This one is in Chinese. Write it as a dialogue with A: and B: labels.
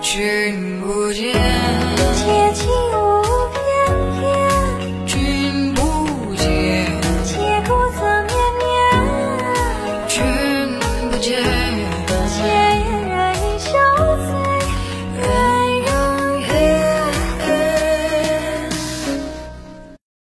A: 寻不见。